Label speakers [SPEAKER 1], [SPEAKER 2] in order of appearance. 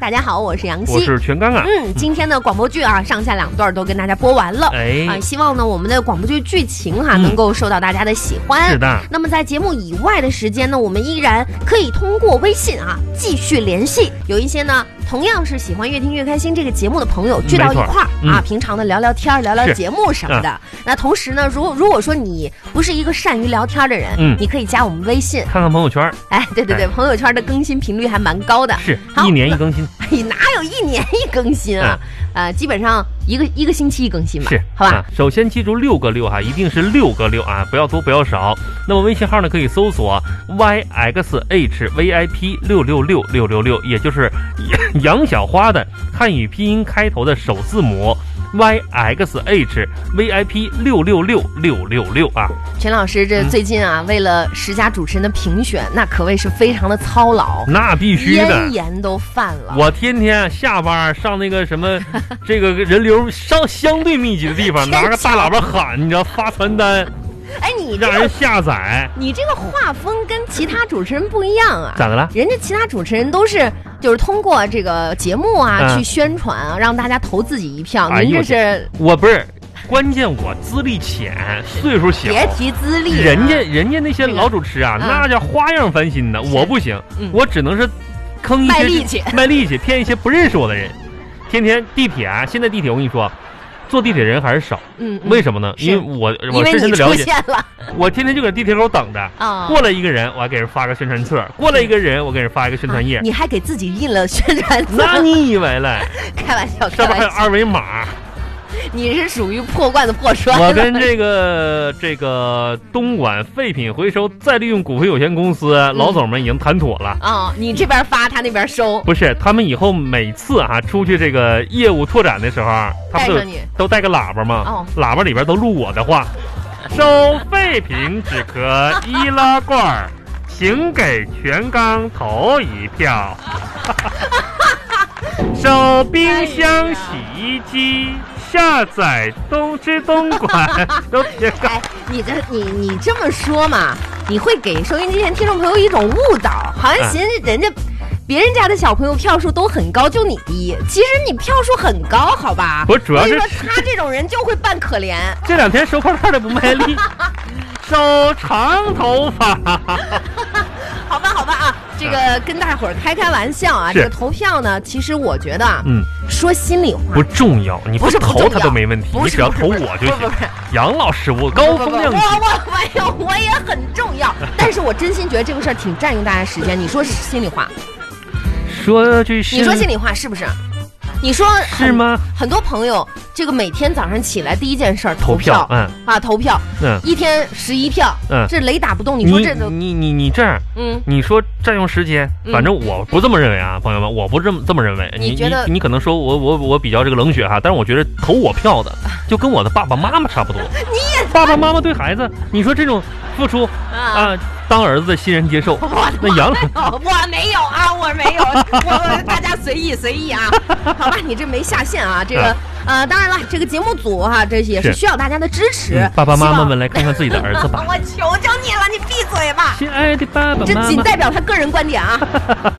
[SPEAKER 1] 大家好，我是杨
[SPEAKER 2] 我
[SPEAKER 1] 希。
[SPEAKER 2] 是全刚啊。
[SPEAKER 1] 嗯，今天的广播剧啊，上下两段都跟大家播完了。啊、
[SPEAKER 2] 哎，
[SPEAKER 1] 希望呢我们的广播剧剧情哈、
[SPEAKER 2] 嗯
[SPEAKER 1] 能够受到大家的喜欢。
[SPEAKER 2] 是的，
[SPEAKER 1] 那么在节目以外的时间呢，我们依然可以通过微信啊继续联系。有一些呢，同样是喜欢越听越开心这个节目的朋友，聚到一
[SPEAKER 2] 没错
[SPEAKER 1] 块儿、
[SPEAKER 2] 嗯
[SPEAKER 1] 啊，平常的聊聊天儿、聊聊
[SPEAKER 2] 是嗯
[SPEAKER 1] 节目什么的。那同时呢，如如果说你不是一个善于聊天的人，
[SPEAKER 2] 嗯
[SPEAKER 1] 你可以加我们微信。
[SPEAKER 2] 看看朋友圈儿，
[SPEAKER 1] 哎，对对对，朋友圈的更新频率还蛮高的。
[SPEAKER 2] 是
[SPEAKER 1] 好嗯
[SPEAKER 2] 一年一更新，
[SPEAKER 1] 你哎哪有一年一更新啊？呃，基本上一个一个星期一更新吧，
[SPEAKER 2] 嗯是
[SPEAKER 1] 好吧？
[SPEAKER 2] 啊首先记住六个六哈，一定是六个六啊，不要多不要少。那么微信号呢，可以搜索 y x h v i p 六六六六六六，也就是 杨小花的汉语拼音开头的首字母 y x h v i p 六六六六六六啊。
[SPEAKER 1] 全老师这
[SPEAKER 2] 嗯
[SPEAKER 1] 最近啊，为了十佳主持人的评选，那可谓是非常的操劳，
[SPEAKER 2] 那必须
[SPEAKER 1] 咽
[SPEAKER 2] 嗯的。
[SPEAKER 1] 炎都犯了。
[SPEAKER 2] 我天天下班儿上那个 什么，这个人流相相对密集的地方，
[SPEAKER 1] 天桥
[SPEAKER 2] 拿个大喇叭喊，你知道发传单，
[SPEAKER 1] 哎，你这
[SPEAKER 2] 让人
[SPEAKER 1] 个
[SPEAKER 2] 下载，
[SPEAKER 1] 你这个画风跟其他主持人不一样啊。
[SPEAKER 2] 咋的了？
[SPEAKER 1] 人家其他主持人都是就是通过这个节目啊、
[SPEAKER 2] 嗯
[SPEAKER 1] 去宣传啊，让大家投自己一票。
[SPEAKER 2] 哎
[SPEAKER 1] 您
[SPEAKER 2] 呦
[SPEAKER 1] 这
[SPEAKER 2] 我
[SPEAKER 1] 是
[SPEAKER 2] 我不是，关键我资历浅，岁数小。
[SPEAKER 1] 别提资历、啊，
[SPEAKER 2] 人家人家那些
[SPEAKER 1] 这个
[SPEAKER 2] 老主持啊，
[SPEAKER 1] 嗯
[SPEAKER 2] 那叫花样翻新的，我不行
[SPEAKER 1] 嗯，
[SPEAKER 2] 我只能是坑一些
[SPEAKER 1] 卖力气
[SPEAKER 2] 卖力气骗一些不认识我的人。天天地铁啊，现在地铁我跟你说，坐地铁人还是少，
[SPEAKER 1] 嗯，嗯
[SPEAKER 2] 为什么呢？
[SPEAKER 1] 是
[SPEAKER 2] 因为我
[SPEAKER 1] 因
[SPEAKER 2] 我
[SPEAKER 1] 为
[SPEAKER 2] 深深
[SPEAKER 1] 你
[SPEAKER 2] 的
[SPEAKER 1] 出
[SPEAKER 2] 了解，
[SPEAKER 1] 现了
[SPEAKER 2] 我天天就搁地铁口等着。
[SPEAKER 1] 啊。
[SPEAKER 2] 过来一个人，我还给人发个宣传册；过来一个人，我给人发一个宣传页。
[SPEAKER 1] 啊你还给自己印了宣传册，
[SPEAKER 2] 那你以为 嘞？
[SPEAKER 1] 开玩笑，开
[SPEAKER 2] 上
[SPEAKER 1] 玩
[SPEAKER 2] 面还有
[SPEAKER 1] 笑，
[SPEAKER 2] 二维 码。
[SPEAKER 1] 你是属于破罐子破摔了。
[SPEAKER 2] 我 跟这个这个东莞废品回收再利用股份有限公司
[SPEAKER 1] 嗯
[SPEAKER 2] 老总们已经谈妥了。
[SPEAKER 1] 啊、你这边发，他那边收，
[SPEAKER 2] 不是，他们以后每次啊出去这个业务拓展的时候啊，他
[SPEAKER 1] 带
[SPEAKER 2] 不
[SPEAKER 1] 上
[SPEAKER 2] 都
[SPEAKER 1] 你。
[SPEAKER 2] 都带个喇叭吗？
[SPEAKER 1] 哦
[SPEAKER 2] 喇叭里边都录我的话， 收废品只可易拉罐儿，请给全刚投一 票。收冰箱、洗衣机，下载东芝东莞，都别搞。
[SPEAKER 1] 哎，你这你你这么说嘛，你会给收音机前听众朋友一种误导，好像
[SPEAKER 2] 嗯
[SPEAKER 1] 寻思人家。别人家的小朋友票数都很高，就你低。其实你票数很高，好吧？
[SPEAKER 2] 不是主要是
[SPEAKER 1] 所以说他这种人就会扮可怜。
[SPEAKER 2] 这两天收破烂的不卖 力，收长头发。
[SPEAKER 1] 好吧，好吧啊，这个跟大伙儿开开玩笑啊。
[SPEAKER 2] 是
[SPEAKER 1] 这个投票呢，其实我觉得啊，
[SPEAKER 2] 嗯，
[SPEAKER 1] 说心里话
[SPEAKER 2] 不，重要，你
[SPEAKER 1] 不是不
[SPEAKER 2] 投
[SPEAKER 1] 重
[SPEAKER 2] 他都
[SPEAKER 1] 要
[SPEAKER 2] 没问题，
[SPEAKER 1] 不
[SPEAKER 2] 你
[SPEAKER 1] 是
[SPEAKER 2] 只要
[SPEAKER 1] 不是
[SPEAKER 2] 投
[SPEAKER 1] 不是
[SPEAKER 2] 我
[SPEAKER 1] 不
[SPEAKER 2] 就
[SPEAKER 1] 是
[SPEAKER 2] 行
[SPEAKER 1] 不是。
[SPEAKER 2] 杨老师，我高
[SPEAKER 1] 不不
[SPEAKER 2] 风
[SPEAKER 1] 不
[SPEAKER 2] 亮
[SPEAKER 1] 我
[SPEAKER 2] 节。
[SPEAKER 1] 我没有，我也很重要。但是我真心觉得这个事儿挺占用大家时间。你说是心里话，
[SPEAKER 2] 说句心，
[SPEAKER 1] 你说心里话是不是？你说很
[SPEAKER 2] 是吗？
[SPEAKER 1] 很多朋友这个每天早上起来第一件事儿投
[SPEAKER 2] 投
[SPEAKER 1] 票
[SPEAKER 2] 票，嗯
[SPEAKER 1] 啊，投票，
[SPEAKER 2] 嗯
[SPEAKER 1] 一天十一票，
[SPEAKER 2] 嗯，
[SPEAKER 1] 这雷打不动。你说这都，
[SPEAKER 2] 你你你这样，
[SPEAKER 1] 嗯，
[SPEAKER 2] 你说占用时间
[SPEAKER 1] 嗯，
[SPEAKER 2] 反正我不这么认为啊，朋友们，我不这么这么认为。
[SPEAKER 1] 你觉得
[SPEAKER 2] 你你可能说我我我比较这个冷血哈，但是我觉得投我 票的就跟我的爸爸妈妈差不多。你也爸爸妈妈对孩子，你说这种付出
[SPEAKER 1] 啊，
[SPEAKER 2] 啊，当儿子的欣然接受。
[SPEAKER 1] 我
[SPEAKER 2] 那杨嗯
[SPEAKER 1] 没有，我没有啊，我没有，我大家随意随意啊，好吧，你这没下线啊，这个
[SPEAKER 2] 啊
[SPEAKER 1] 呃，当然了，这个节目组哈、这也是
[SPEAKER 2] 是
[SPEAKER 1] 需要大家的支持
[SPEAKER 2] 嗯，爸爸妈
[SPEAKER 1] 希
[SPEAKER 2] 妈
[SPEAKER 1] 望
[SPEAKER 2] 们来看看自己的儿子
[SPEAKER 1] 啊
[SPEAKER 2] 吧，
[SPEAKER 1] 我求求你了，你闭嘴吧！
[SPEAKER 2] 亲爱的爸爸
[SPEAKER 1] 这
[SPEAKER 2] 妈
[SPEAKER 1] 仅
[SPEAKER 2] 妈。
[SPEAKER 1] 代表他个人观点啊。